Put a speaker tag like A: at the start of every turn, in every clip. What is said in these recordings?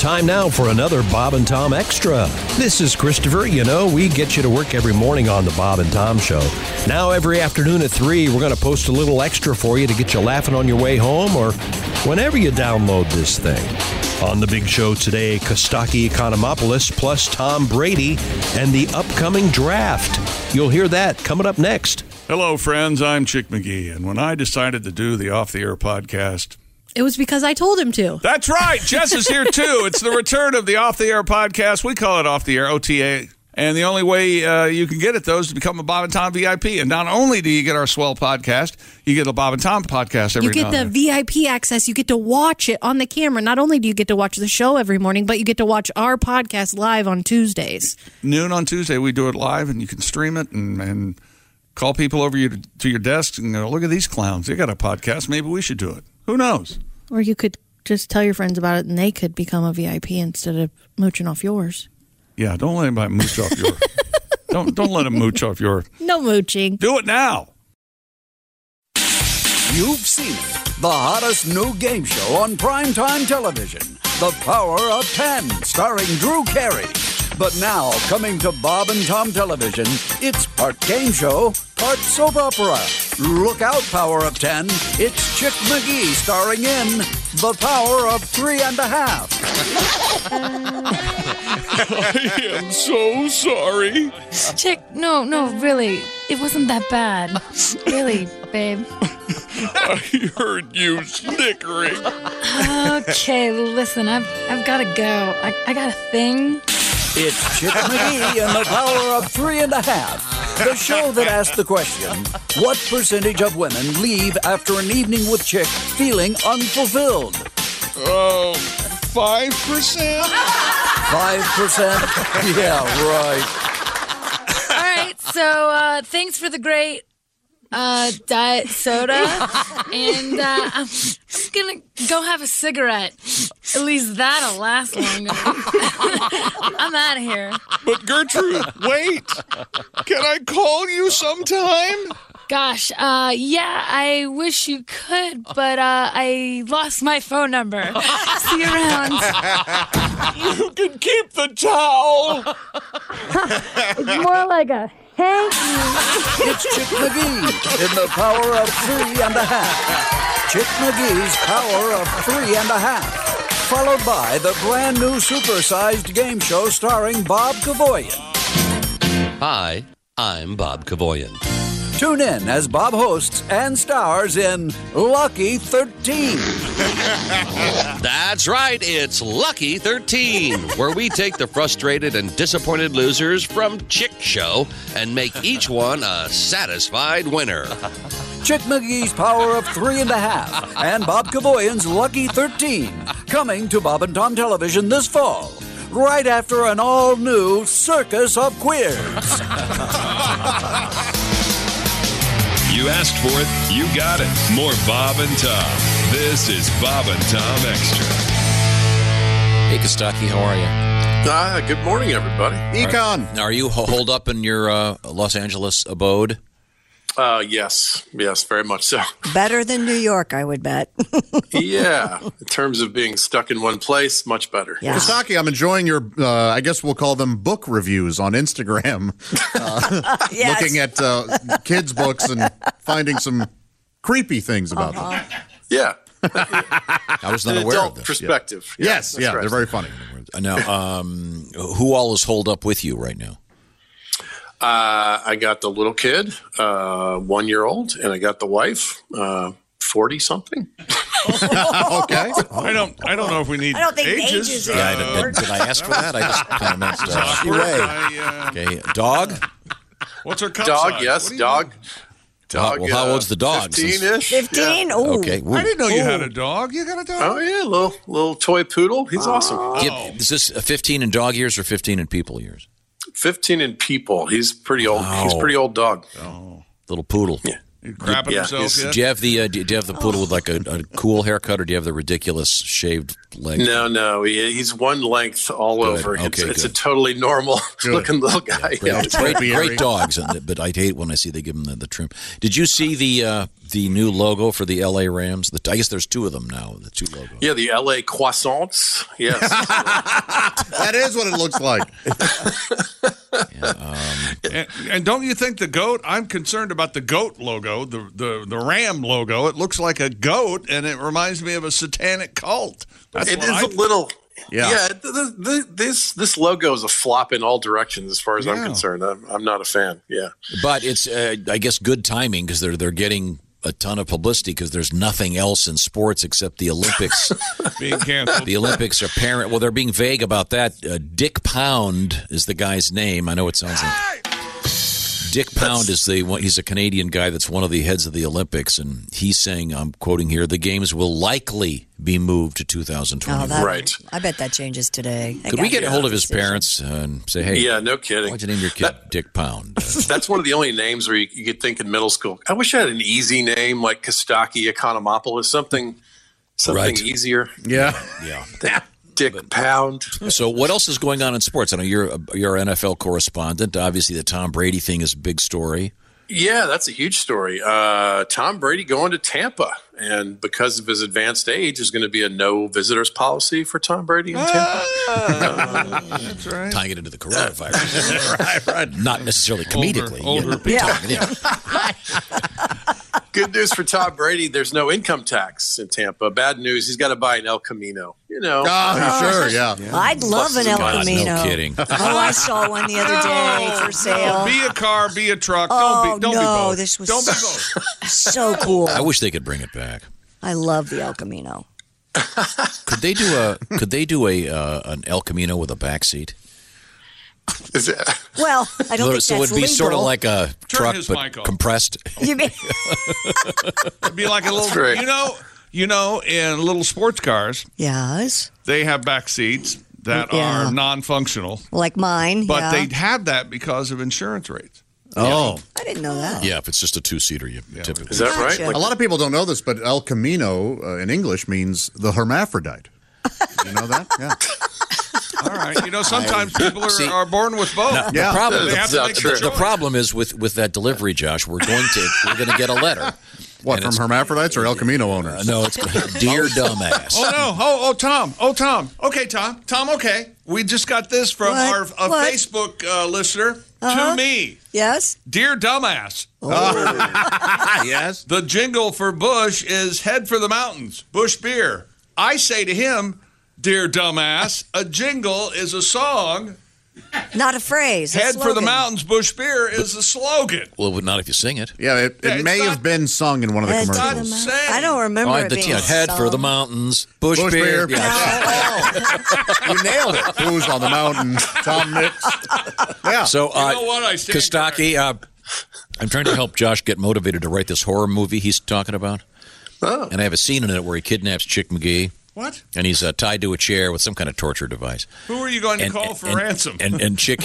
A: Time now for another Bob and Tom Extra. This is Christopher. You know, we get you to work every morning on the Bob and Tom Show. Now, every afternoon at 3, we're going to post a little extra for you to get you laughing on your way home or whenever you download this thing. On the big show today, Kostaki Economopoulos plus Tom Brady and the upcoming draft. You'll hear that coming up next.
B: Hello, friends. I'm Chick McGee. And when I decided to do the Off the Air podcast,
C: It was because I told him to.
B: that's right. Jess is here too. It's the return of the Off the Air podcast. We call it Off the Air OTA. And the only way uh, you can get it, though, is to become a Bob and Tom VIP. And not only do you get our swell podcast, you get a Bob and Tom podcast every
C: You
B: now
C: get
B: and
C: the
B: then.
C: VIP access. You get to watch it on the camera. Not only do you get to watch the show every morning, but you get to watch our podcast live on Tuesdays.
B: noon on Tuesday. We do it live, and you can stream it and, and call people over you to, to your desk and go, look at these clowns. They got a podcast. Maybe we should do it. Who knows?
C: Or you could just tell your friends about it and they could become a VIP instead of mooching off yours.
B: Yeah, don't let anybody mooch off your. don't don't let them mooch off your.
C: No mooching.
B: Do it now.
D: You've seen it. The hottest new game show on primetime television. The Power of 10, starring Drew Carey. But now, coming to Bob and Tom Television, it's part game show, part soap opera. Look out, Power of 10. It's Chick McGee starring in The Power of Three and a Half.
E: so sorry.
F: Chick, no, no, really. It wasn't that bad. Really, babe.
E: I heard you snickering.
F: Okay, listen, I've I've gotta go. I, I got a thing.
D: It's Chick McGee and the Power of Three and a Half, the show that asks the question what percentage of women leave after an evening with Chick feeling unfulfilled?
E: Oh, 5%?
D: 5%? Yeah, right.
F: Alright, so uh thanks for the great uh diet soda. And uh I'm gonna go have a cigarette. At least that'll last longer. I'm out of here.
E: But Gertrude, wait. Can I call you sometime?
F: Gosh, uh, yeah, I wish you could, but uh, I lost my phone number. See you around.
E: You can keep the towel.
F: More like a thank
D: It's Chick McGee in the Power of Three and a Half. Chick McGee's Power of Three and a Half. Followed by the brand new supersized game show starring Bob Kavoyan.
G: Hi, I'm Bob Kavoyan.
D: Tune in as Bob hosts and stars in Lucky 13.
G: That's right, it's Lucky 13, where we take the frustrated and disappointed losers from Chick Show and make each one a satisfied winner.
D: Chick McGee's Power of Three and a Half and Bob Kavoyan's Lucky 13. Coming to Bob and Tom Television this fall, right after an all new Circus of Queers.
H: You asked for it, you got it. More Bob and Tom. This is Bob and Tom Extra.
I: Hey, Kostaki, how are you?
J: Ah, good morning, everybody. Econ.
I: Are you ho- holed up in your uh, Los Angeles abode?
J: Uh, yes, yes, very much so.
K: Better than New York, I would bet.
J: yeah, in terms of being stuck in one place, much better.
K: Yeah.
L: Saki, I'm enjoying your, uh, I guess we'll call them book reviews on Instagram,
K: Yes.
L: looking at uh, kids' books and finding some creepy things about
B: Uh-huh.
L: them.
J: Yeah,
I: I was
J: an
I: not aware of
J: adult
I: this.
J: perspective. Yeah,
L: Yes,
J: that's
L: yeah,
J: right.
L: they're very funny.
I: Uh, Now, um, who all is holed up with you right now?
J: Uh, I got the little kid, uh, one year old, and I got the wife, uh, forty something.
L: Okay.
B: I don't. I don't know if we need.
K: I don't think
B: ages.
K: ages,
B: Uh,
K: is
I: I did, did I ask for that? I just kind of messed up.
B: awkward.
I: Anyway.
B: I, uh,
I: Okay, dog?
B: what's her cup
J: Dog,
B: size?
J: yes,
B: What do you-
J: dog.
I: Dog. Well, how
J: uh,
I: old's the dog? Since-
J: Fifteen-ish.
K: 15?
J: Yeah.
K: Ooh.
I: Okay.
B: I
I: woo.
B: didn't know you had a dog. You got a dog.
J: Oh yeah, little little toy poodle. He's awesome.
I: Give- Is this a 15 in dog years or 15 in people years?
J: Fifteen in people. He's pretty old. He's
I: Wow.
J: pretty old dog.
I: Little poodle.
B: Crapping
D: Yeah.
B: himself.
D: Is-
B: Yeah.
D: Do you have the uh, do do you have the poodle with like a, a cool haircut, or do you have the ridiculous shaved leg?
J: No, no, he, he's one length all
D: Good.
J: over.
D: Okay,
J: it's, it's a
D: good.
J: totally normal looking little guy.
D: Great,
J: Yeah.
D: great, great dogs, and the- but I hate when I see they give them the, the trim. Did you see the uh, the new logo for the L.A. Rams? The, I guess there's two of them now. The two logos.
J: Yeah, the LA croissants. Yes.
L: that is what it looks like.
B: And, and don't you think the goat? I'm concerned about the goat logo, the, the the ram logo. It looks like a goat, and it reminds me of a satanic cult. That's
J: It
B: what
J: is
B: I-
J: a little.
B: Yeah.
J: Yeah, th th th- this this logo is a flop in all directions as far as I'm
D: Yeah.
J: concerned. I'm, I'm not a fan. Yeah,
D: But it's, uh, I guess, good timing because they're they're getting a ton of publicity because there's nothing else in sports except the Olympics.
B: being canceled.
D: the Olympics are parent. Well, they're being vague about that. Uh, Dick Pound is the guy's name. I know it sounds like. Dick Pound is the one. He's a Canadian guy that's one of the heads of the Olympics, and he's saying, I'm quoting here, the games will likely be moved to 2020.
K: Oh, that- I bet that changes today. They
D: Could we
K: got
D: get
K: you.
D: a hold of his parents and say, hey,
J: Yeah, no kidding.
D: Why'd you name your kid Dick Pound?
J: that's one of the only names where you, you could think in middle school. I wish I had an easy name like Kostaki Economopoulos, something something
D: Right.
J: easier.
L: Yeah.
D: Yeah.
J: Dick Pound.
D: So, what else is going on in sports? I know you're a, you're an NFL correspondent. Obviously, the Tom Brady thing is a big story.
J: Yeah, that's a huge story. Uh, Tom Brady going to Tampa, and because of his advanced age, is going to be a no visitors policy for Tom Brady in Tampa.
B: That's right.
D: Tying it into the coronavirus,
J: right, right.
D: not necessarily comedically.
J: older
D: you know,
J: people.
D: talking, yeah.
J: Good news for Tom Brady. There's no income tax in Tampa. Bad news, he's got to buy an El Camino. You know.
L: Ah, sure, yeah.
K: I'd love an El
D: God, no
K: Camino.
D: kidding.
K: Oh, I saw one the other day for sale.
B: Be a car, be a truck.
K: Oh,
B: don't be, don't be
K: no,
B: both.
K: this was
B: don't be
K: so-
B: both.
K: so cool.
D: I wish they could bring it back.
K: I love the El Camino.
D: Could they do a Could they do a uh, an El Camino with a back seat?
J: Is it,
K: Well, I don't think
D: so
K: that's
D: it'd be
K: legal.
D: sort of like a truck,
B: his mic
D: but
B: off.
D: compressed.
K: You mean-
B: It'd be like a little.
J: great.
B: You know, you know, in little sports cars,
K: yes,
B: they have back seats that
K: Yeah.
B: are non-functional,
K: like mine.
B: but
K: yeah.
B: they have that because of insurance rates.
L: Oh,
K: I didn't know that.
D: Yeah, if it's just a two seater, you typically
J: is that right?
K: Gotcha.
J: Like-
L: A lot of people don't know this, but El Camino uh, in English means the hermaphrodite. You know that? Yeah.
B: All right. You know, sometimes people are,
D: See-
B: are born with both.
D: No,
L: Yeah.
D: The problem,
B: They have to
J: That's
B: make
J: not
B: a
J: true.
D: the
B: choice.
D: problem is with with that delivery, Josh. We're going to we're going to get a letter.
L: What
D: And
L: from
D: it's-
L: hermaphrodites or El Camino
D: Uh,
L: owners?
D: no, it's dear dumbass.
B: Oh no! Oh, oh, Tom! Oh, Tom! Okay, Tom! Tom! Okay, we just got this from
K: What?
B: our a
K: What?
B: Facebook uh, listener to
K: Uh-huh.
B: me,
K: Yes.
B: dear dumbass.
L: Oh. yes.
B: The jingle for Bush is "Head for the Mountains." Bush beer. I say to him, dear dumbass, a jingle is a song.
K: Not a phrase. a
B: Head for the
K: slogan.
B: mountains. Bush beer is the slogan.
D: Well, not if you sing it.
L: Yeah, it,
B: Yeah,
L: it
B: it's
L: may
B: not-
L: have been sung in one of the
K: Head to the
L: commercials.
K: mou-
B: Say.
K: I don't remember
D: Oh,
K: it
D: the
K: being
D: yeah, head for the
K: sung.
D: mountains, bush,
L: Bush
D: beer.
L: beer.
D: Yeah. you nailed it.
L: Blues on the Mountain, Tom Mix. Yeah.
D: So, uh,
B: know what? I stand
D: Kostaki, uh, I'm trying to help Josh get motivated to write this horror movie he's talking about.
J: Oh.
D: And I have a scene in it where he kidnaps Chick McGee,
B: What?
D: and he's uh, tied to a chair with some kind of torture device.
B: Who are you going to call for
D: and,
B: ransom?
D: And, and Chick.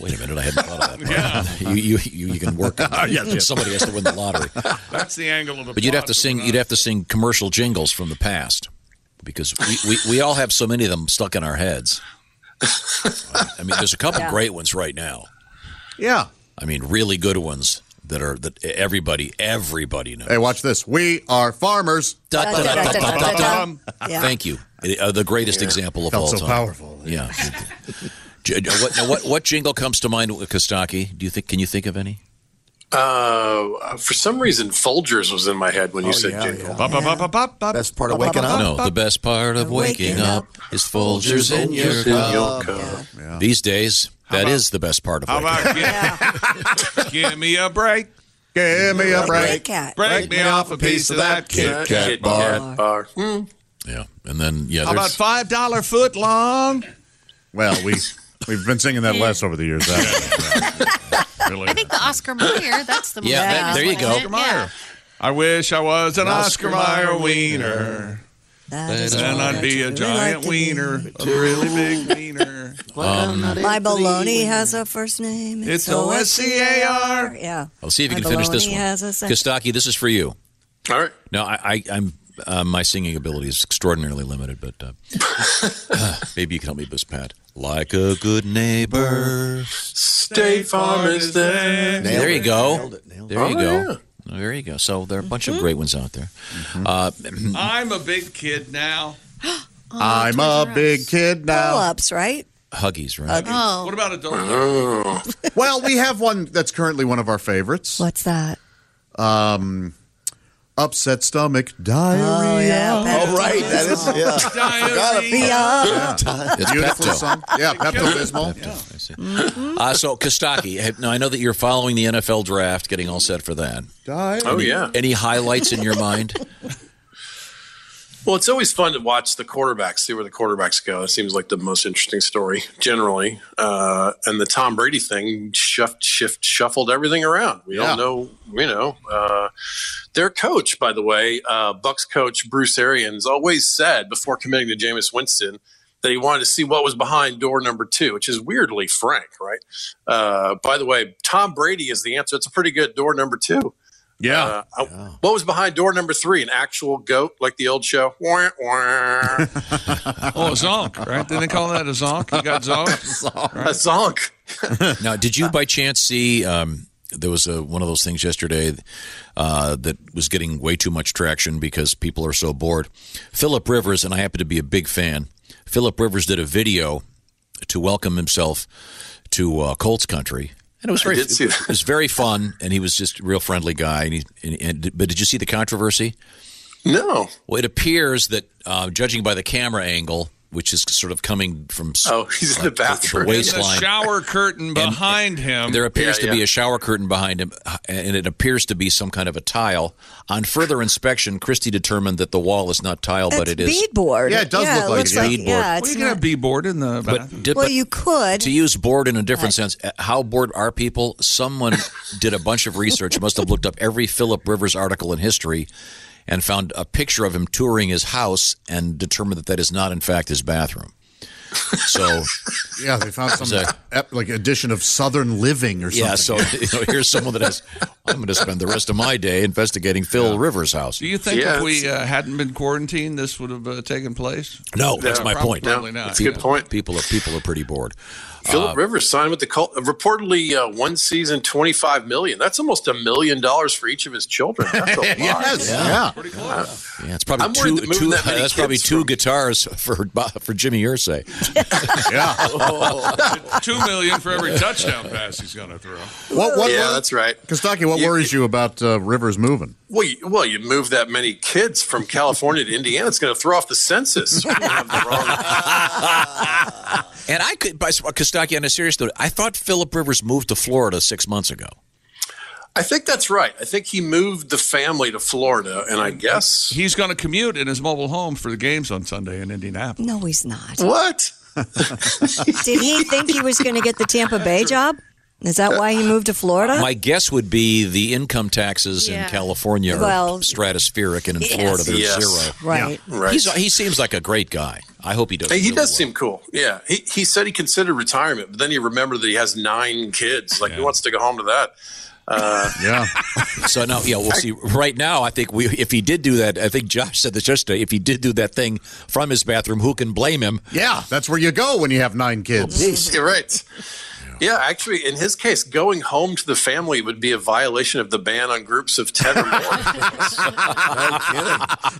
D: Wait a minute, I hadn't thought of that. you, you, you, you can work on that. Somebody has to win the lottery.
B: That's the angle of the.
D: But you'd have
B: plot
D: to
B: that
D: sing.
B: we're
D: You'd
B: on.
D: have to sing commercial jingles from the past, because we, we, we all have so many of them stuck in our heads. I mean, there's a couple great ones right now. e-
L: Yeah.
D: I mean, really good ones that are that everybody everybody knows.
L: Hey, watch this. We are farmers.
D: Da- da- da- da- da- da- da.
K: Dum. Yeah.
D: Thank you. Uh, the greatest example of all
L: Felt so
D: time.
L: powerful.
D: Yeah. J- j- what, now what what jingle comes to mind, Kostaki? Do you think? Can you think of any?
J: Uh, for some reason, Folgers was in my head when you said jingle.
B: Bop, bop, bop, bop, bop, bop.
M: Best part of waking up.
D: No. The best part of waking,
K: Waking
D: up, is Folgers in your
J: In
D: cup.
J: your cup.
D: These days, that is the best part of
B: How
D: waking up.
B: about give, give me a break?
L: Give me a
K: Great
L: break.
K: cat.
B: Break, me off a piece of that
J: Kit
B: cake.
J: Kat
D: bar.
J: Kat bar.
D: Yeah, and then yeah,
B: How about
D: there's,
B: five dollar foot long?
L: Well, we we've been singing that less over the years.
C: I think the Oscar Mayer. That's the
D: yeah,
K: Yeah.
D: that- there you go.
B: Oscar Mayer. I wish I was an Oscar, Mayer wiener. That I'd be a giant wiener, a really big wiener.
K: My baloney has a first name.
B: It's O-S-C-A-R.
K: Yeah.
D: I'll see if you
K: My
D: can finish this
K: baloney
D: one.
K: Has a sec-
D: Kostaki, this is for you.
J: All right.
D: No, I, I, I'm uh, my singing ability is extraordinarily limited, but uh, maybe you can help me with this, Pat. Like a good neighbor.
J: State Farm is there.
D: there you go. There you
J: Oh,
D: go. There you go. So there are a bunch of great ones out there. Uh,
B: I'm a big kid now.
D: I'm a big kid
K: Pull-ups, right?
D: Huggies, right?
K: Oh.
B: What about adult?
L: well, we have one that's currently one of our favorites.
K: What's that?
L: Um, upset stomach diarrhea.
K: Oh, yeah.
M: Oh, right. That is, yeah.
L: Diarrhea.
D: Yeah. It's
L: Beautiful
D: Pepto.
L: song. Yeah, Pepto Bismol.
D: Uh, so Kostaki, I- now I know that you're following the NFL draft, getting all set for that.
J: Oh,
D: Any-
J: yeah.
D: Any highlights in your mind?
J: Well, it's always fun to watch the quarterbacks, see where the quarterbacks go. It seems like the most interesting story generally. Uh, and the Tom Brady thing shift, shift, shuffled everything around. We
N: Yeah.
J: don't know, you know. Uh, their coach, by the way, uh, Bucks coach Bruce Arians, always said before committing to Jameis Winston that he wanted to see what was behind door number two, which is weirdly frank, right? Uh, by the way, Tom Brady is the answer. It's a pretty good door number two.
L: Yeah.
J: Uh, I- What was behind door number three? An actual goat, like the old show. Wah, wah.
B: Oh, a zonk, right? Didn't they call that a zonk? You got zonked?
J: A zonk.
D: now, did you by chance see? Um, there was a, one of those things yesterday uh, that was getting way too much traction because people are so bored. Philip Rivers, and I happen to be a big fan. Philip Rivers did a video to welcome himself to uh, Colts country, and it was
J: I
D: very,
J: did see that.
D: it was very fun. And he was just a real friendly guy. And, he, and, and but did you see the controversy?
J: No.
D: Well, it appears that uh, judging by the camera angle, which is sort of coming from s-
J: Oh, he's in the
D: uh,
J: bathroom.
D: the waistline,
B: The shower curtain behind him.
D: there appears
B: Yeah,
D: to be
B: yeah.
D: a shower curtain behind him, uh, and it appears to be some kind of a tile. On further inspection, Christie determined that the wall is not tile, but it is
K: beadboard.
D: Yeah, it does
K: yeah,
D: look like
K: looks
D: it. Beadboard.
K: Yeah,
D: Well,
K: it's
D: you
K: not-
D: can
B: be bored in the
D: but, did,
K: well,
D: but
K: you could.
D: to use bored in a different sense, uh, how bored are people? Someone did a bunch of research, must have looked up every Philip Rivers article in history, and found a picture of him touring his house, and determined that that is not in fact his bathroom. So
L: Yeah, they found some
D: Sorry.
L: ep- like edition of Southern Living or something.
D: yeah, so you know, here's someone that has. I'm going to spend the rest of my day investigating Phil Rivers' house.
B: Do you think if we uh, hadn't been quarantined, this would have uh, taken place?
D: No, that's
B: Yeah,
D: my
B: prob-
D: point.
B: Probably not.
D: People-
B: yeah.
D: People are people are pretty bored.
J: Philip
D: Uh,
J: Rivers signed with the Colts. Reportedly, uh, one season, twenty-five million. That's almost a million dollars for each of his children. That's a lot.
D: Yes, Yeah. yeah.
J: Pretty close.
D: Yeah, it's probably
J: I'm worried
D: two.
J: that moving
D: two
J: that many
D: that's probably
J: kids
D: two
J: from-
D: guitars for for Jimmy Irsay.
L: yeah.
B: Two million for every touchdown pass he's going to throw.
L: What, what,
J: yeah,
L: what-
J: that's right.
L: Kostaki, what worries you about uh, Rivers moving?
J: Well, you, well, you move that many kids from California to Indiana, it's going to throw off the census. We're gonna have the
D: And I could, by uh, Kostaki, on a serious note, I thought Philip Rivers moved to Florida six months ago.
J: I think that's right. I think he moved the family to Florida, and I guess
B: he's going to commute in his mobile home for the games on Sunday in Indianapolis.
K: No, he's not.
J: What?
K: Did he think he was going to get the Tampa Bay job? Is that why he moved to Florida?
D: My guess would be the income taxes
K: Yeah.
D: in California
K: Well-
D: are stratospheric, and in
K: Yes.
D: Florida they're
J: Yes.
D: zero.
K: Right.
J: Yeah. Right.
D: He's, he seems like a great guy. I hope he does.
J: Hey, he
D: really
J: does
D: well.
J: seem cool. Yeah, he, he said he considered retirement, but then he remembered that he has nine kids. Like, who wants to go home to that? Uh,
L: yeah.
D: So now, yeah, we'll see. Right now, I think we, if he did do that, I think Josh said this yesterday. If he did do that thing from his bathroom, who can blame him?
L: Yeah, that's where you go when you have nine kids.
J: You're right. Yeah, actually, in his case, going home to the family would be a violation of the ban on groups of ten or more.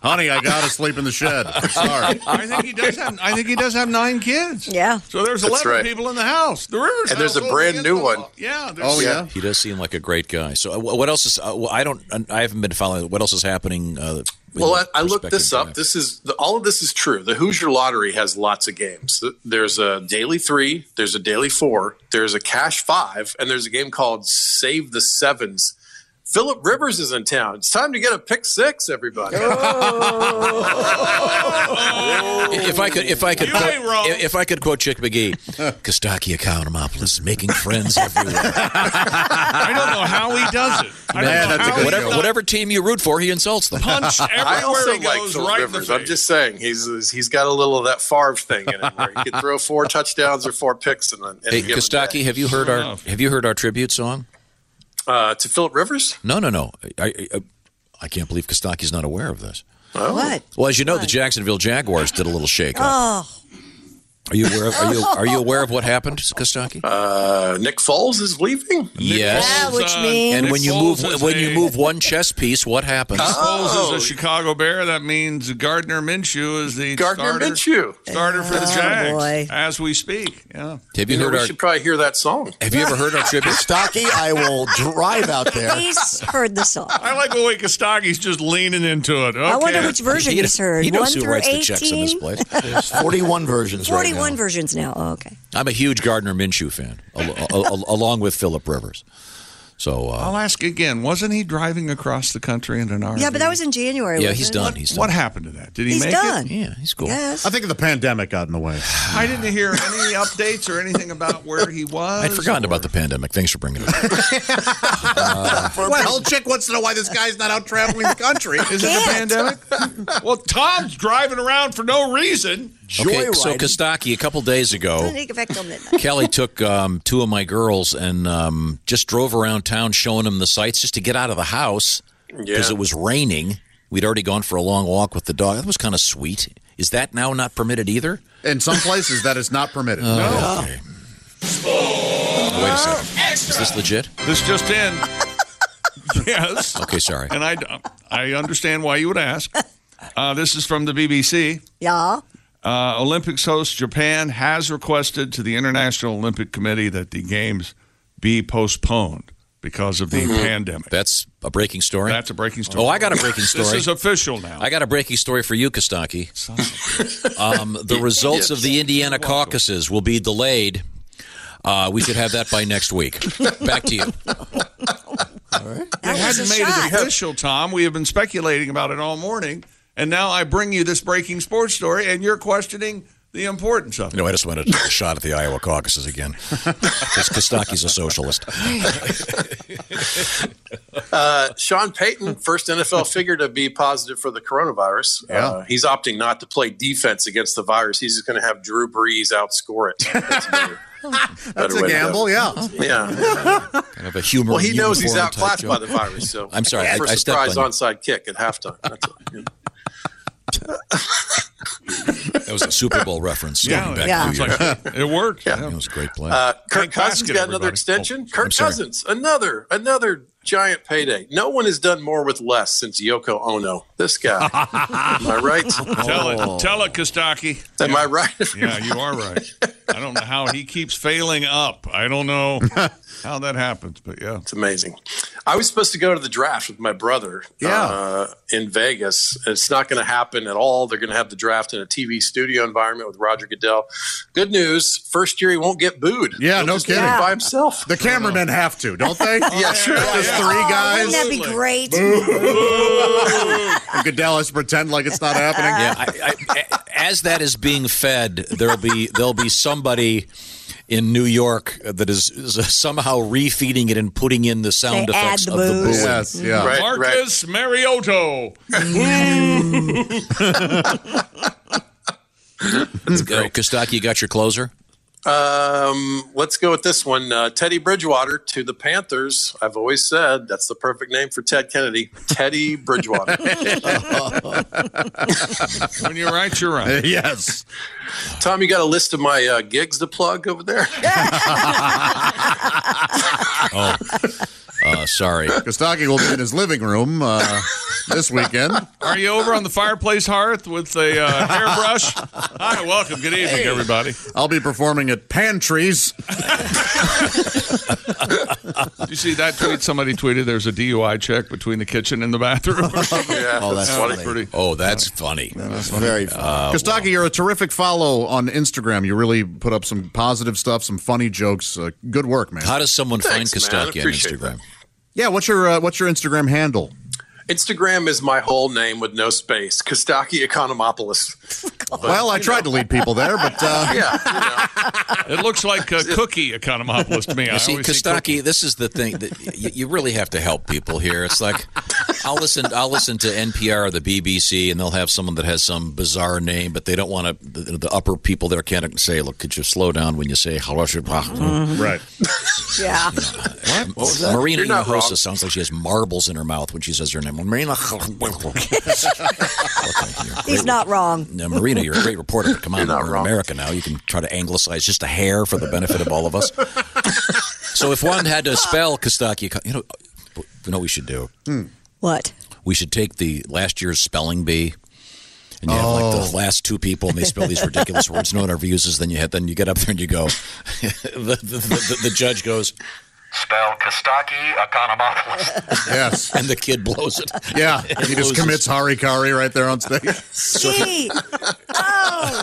L: Honey, I gotta sleep in the shed. Sorry.
B: I think he does have. I think he does have nine kids.
K: Yeah.
B: So there's
J: That's
B: eleven
J: right.
B: people in the house. The Rivers.
J: And there's a
B: household
J: brand
B: gets
J: new
B: them
J: one.
B: all. Yeah. there's-
D: Oh he does seem like a great guy. So uh, wh- what else is? Uh, well, I don't. I haven't been following. What else is happening? Uh, with
J: Well, I, I
D: respect
J: looked
D: to
J: this up. This is the, all of this is true. The Hoosier Lottery has lots of games. Th- There's a daily three, there's a daily four, there's a cash five, and there's a game called Save the Sevens. Philip Rivers is in town. It's time to get a pick six, everybody.
B: Oh.
D: if I could, if I could,
B: You
D: quote,
B: ain't wrong.
D: if I could quote Chick McGee, Kostaki Economopoulos making friends everywhere.
B: I don't know how he does it. I don't know
J: Oh,
B: how he
D: whatever,
B: does it.
D: whatever team you root for, he insults them.
B: Punch
J: I also
B: everywhere he
J: like
B: goes,
J: Philip
B: right in the
J: Rivers. I'm just saying he's he's got a little of that Favre thing in him where he could throw four touchdowns or four picks and then
D: Hey, Kostaki, have you heard our have you heard our tribute song?
J: uh, to Philip Rivers?
D: No, no, no. I I, I can't believe Kostaki's not aware of this.
K: What?
D: Well, as you know, the Jacksonville Jaguars did a little shake.
K: Oh,
D: Are you aware of, are you are you aware of what happened, Kostaki?
J: Uh, Nick Foles is leaving.
D: Yes.
K: Yeah, which means-
D: and
B: Nick
D: when you
B: Foles
D: move
B: uh, is
D: when
B: a-
D: you move one chess piece, what happens?
B: Nick
J: Oh.
B: Foles is a Chicago Bear. That means Gardner Minshew is the
J: Gardner
B: starter,
J: Minshew.
B: starter for the
J: Oh,
B: Jags
J: boy.
B: as we speak. Yeah.
D: Have you
J: know,
D: heard
J: we
D: our-
J: should probably hear that song.
D: Have you ever heard our tribute?
M: Stocky, I will drive out there.
K: he's heard the song.
B: I like the way Kostaki's just leaning into it.
K: I wonder
B: Okay.
K: which version he's heard. One through 18?
M: There's 41 versions right now.
K: 41 versions now. Oh, okay.
D: I'm a huge Gardner Minshew fan, al- al- al- along with Philip Rivers. So
M: Oh,
D: uh,
B: I'll ask again. Wasn't he driving across the country in an RV?
K: Yeah, but that was in January.
D: Yeah,
K: wasn't
D: he's
K: it?
D: done. He's done.
B: What happened to that? Did he
K: He's
B: make
K: done.
B: it?
D: Yeah, he's cool.
K: Yes.
L: I think the pandemic got in the way.
B: I didn't hear any updates or anything about where he was.
D: I'd forgotten about the pandemic. Thanks for bringing it up.
L: well, Chick wants to know why this guy's not out traveling the country.
B: Is it the pandemic? well, Tom's driving around for no reason.
D: okay, so Kostaki, a couple days ago,
K: Doesn't effect till midnight.
D: Kelly took um, two of my girls and um, just drove around town showing them the sights just to get out of the house because
J: Yeah.
D: it was raining. We'd already gone for a long walk with the dog. That was kind of sweet. Is that now not permitted either?
L: In some places, that is not permitted.
J: Uh,
D: Okay. Wait a second. Is this legit?
B: This just in. yes.
D: Okay, sorry.
B: And I, I understand why you would ask. Uh, this is from the BBC.
K: Yeah.
B: Uh, Olympics host Japan has requested to the International Olympic Committee that the games be postponed because of the pandemic.
D: That's a breaking story.
B: That's a breaking story.
D: Oh, I got a breaking
B: This
D: story.
B: is official now.
D: I got a breaking story for you, Kostaki. Um, the results of the Indiana caucuses will be delayed. Uh, we should have that by next week. Back to you.
B: They hadn't made it official, Tom. We have been speculating about it all morning, and now I bring you this breaking sports story, and you're questioning the importance of it.
D: No, I just wanted to take a shot at the Iowa caucuses again. Because Kostaki's a socialist.
J: Uh, Sean Payton, first NFL figure to be positive for the coronavirus. Uh, he's opting not to play defense against the virus. He's just going to have Drew Brees outscore it. That's, a better- better
L: That's a
J: way to go.
L: gamble, yeah.
J: Yeah.
D: Kind of a humor.
J: Well, he knows
D: uniform
J: he's
D: type
J: outclassed
D: joke.
J: by the virus. So
D: I'm sorry, I-
J: for
D: I stepped
J: surprise
D: on you.
J: onside kick at halftime. That's all. Yeah.
D: That was a Super Bowl reference.
B: Yeah,
D: going back
K: yeah.
D: a few years.
B: It worked.
J: Yeah.
D: That was a great play.
J: Uh, Kirk
B: Thank
J: Cousins
B: basket,
J: got another
B: everybody.
J: extension.
D: Oh, I'm
J: Kirk
D: sorry.
J: Cousins, another another giant payday. No one has done more with less since Yoko Ono. This guy, am I right?
B: Tell
D: Oh.
B: it, tell it, Kostaki.
J: Am I right?
B: Oh. Yeah, you are right. I don't know how he keeps failing up. I don't know how that happens, but yeah.
J: It's amazing. I was supposed to go to the draft with my brother
L: Yeah.
J: uh, in Vegas. It's not going to happen at all. They're going to have the draft in a TV studio environment with Roger Goodell. Good news first year he won't get booed.
L: Yeah,
J: He'll
L: no
J: just do it
L: kidding.
J: By himself.
L: The cameramen have to, don't they?
J: yeah, Oh, sure.
L: Just three
K: Wouldn't
L: guys.
K: that be great?
L: And Goodell has to pretend like it's not happening.
D: yeah, I, I, as that is being fed, there'll be there'll be somebody in New York that is, is somehow refeeding it and putting in the sound
K: They add
D: effects
K: the
D: of the
K: booze.
D: booing.
L: Yes, yeah.
J: Right, right.
B: Marcus Mariotto.
D: Go, Kostaki, you got your closer.
J: Um, let's go with this one. Uh, Teddy Bridgewater to the Panthers. I've always said that's the perfect name for Ted Kennedy. Teddy Bridgewater.
B: When you're right, you're right.
L: Yes.
J: Tom, you got a list of my uh, gigs to plug over there?
D: Oh, uh, sorry.
L: Kostaki will be in his living room uh, this weekend.
B: Are you over on the fireplace hearth with a uh, hairbrush? Hi, welcome. Good evening, everybody.
L: I'll be performing at Pantries.
B: Did you see that tweet? Somebody tweeted there's a DUI check between the kitchen and the bathroom.
J: Yeah.
D: Oh, that's
B: That's
D: funny.
B: pretty-
D: Oh, that's funny.
M: Very fun.
L: Kostaki, you're a terrific follow on Instagram. You really put up some positive stuff, some funny jokes. Uh, good work, man.
D: How does someone
J: Thanks, man. I
D: find Kostaki on
J: appreciate
D: Instagram?
L: Yeah, what's your uh, what's your Instagram handle?
J: Instagram is my whole name with no space. Kostaki Economopoulos. But,
L: well, I
J: you
L: tried to lead people there, but uh,
J: yeah,
B: It looks like a cookie economopolis to me. I
D: You see,
B: always see
D: Kostaki, this is the thing that you, you really have to help people here. It's like I'll listen, I'll listen to NPR or the BBC, and they'll have someone that has some bizarre name, but they don't want to. The, the upper people there can't say, "Look, could you slow down when you say
L: Mhm.
D: right?"
K: Yeah.
D: What?
K: was Mm-hmm. that?
D: Marina
K: You're not wrong.
D: Hinojosa sounds like she has marbles in her mouth when she says her name. Marina.
K: He's not wrong.
D: Now, Marina, you're a great reporter, but come on, we're in America now. You can try to anglicize just a hair for the benefit of all of us. so if one had to spell Kostaki, you know, you know what we should do?
K: What?
D: We should take the last year's spelling bee. And you have like
K: Oh.
D: the last two people, and they spell these ridiculous words no one ever uses. Then you hit, then you get up there and you go. the, the, the, the judge goes,
N: Spell Kostaki Economopoulos.
L: yes,
D: and the kid blows it.
L: Yeah,
D: It
L: he
D: loses.
L: just commits harikari right there on stage.
K: Gee. oh.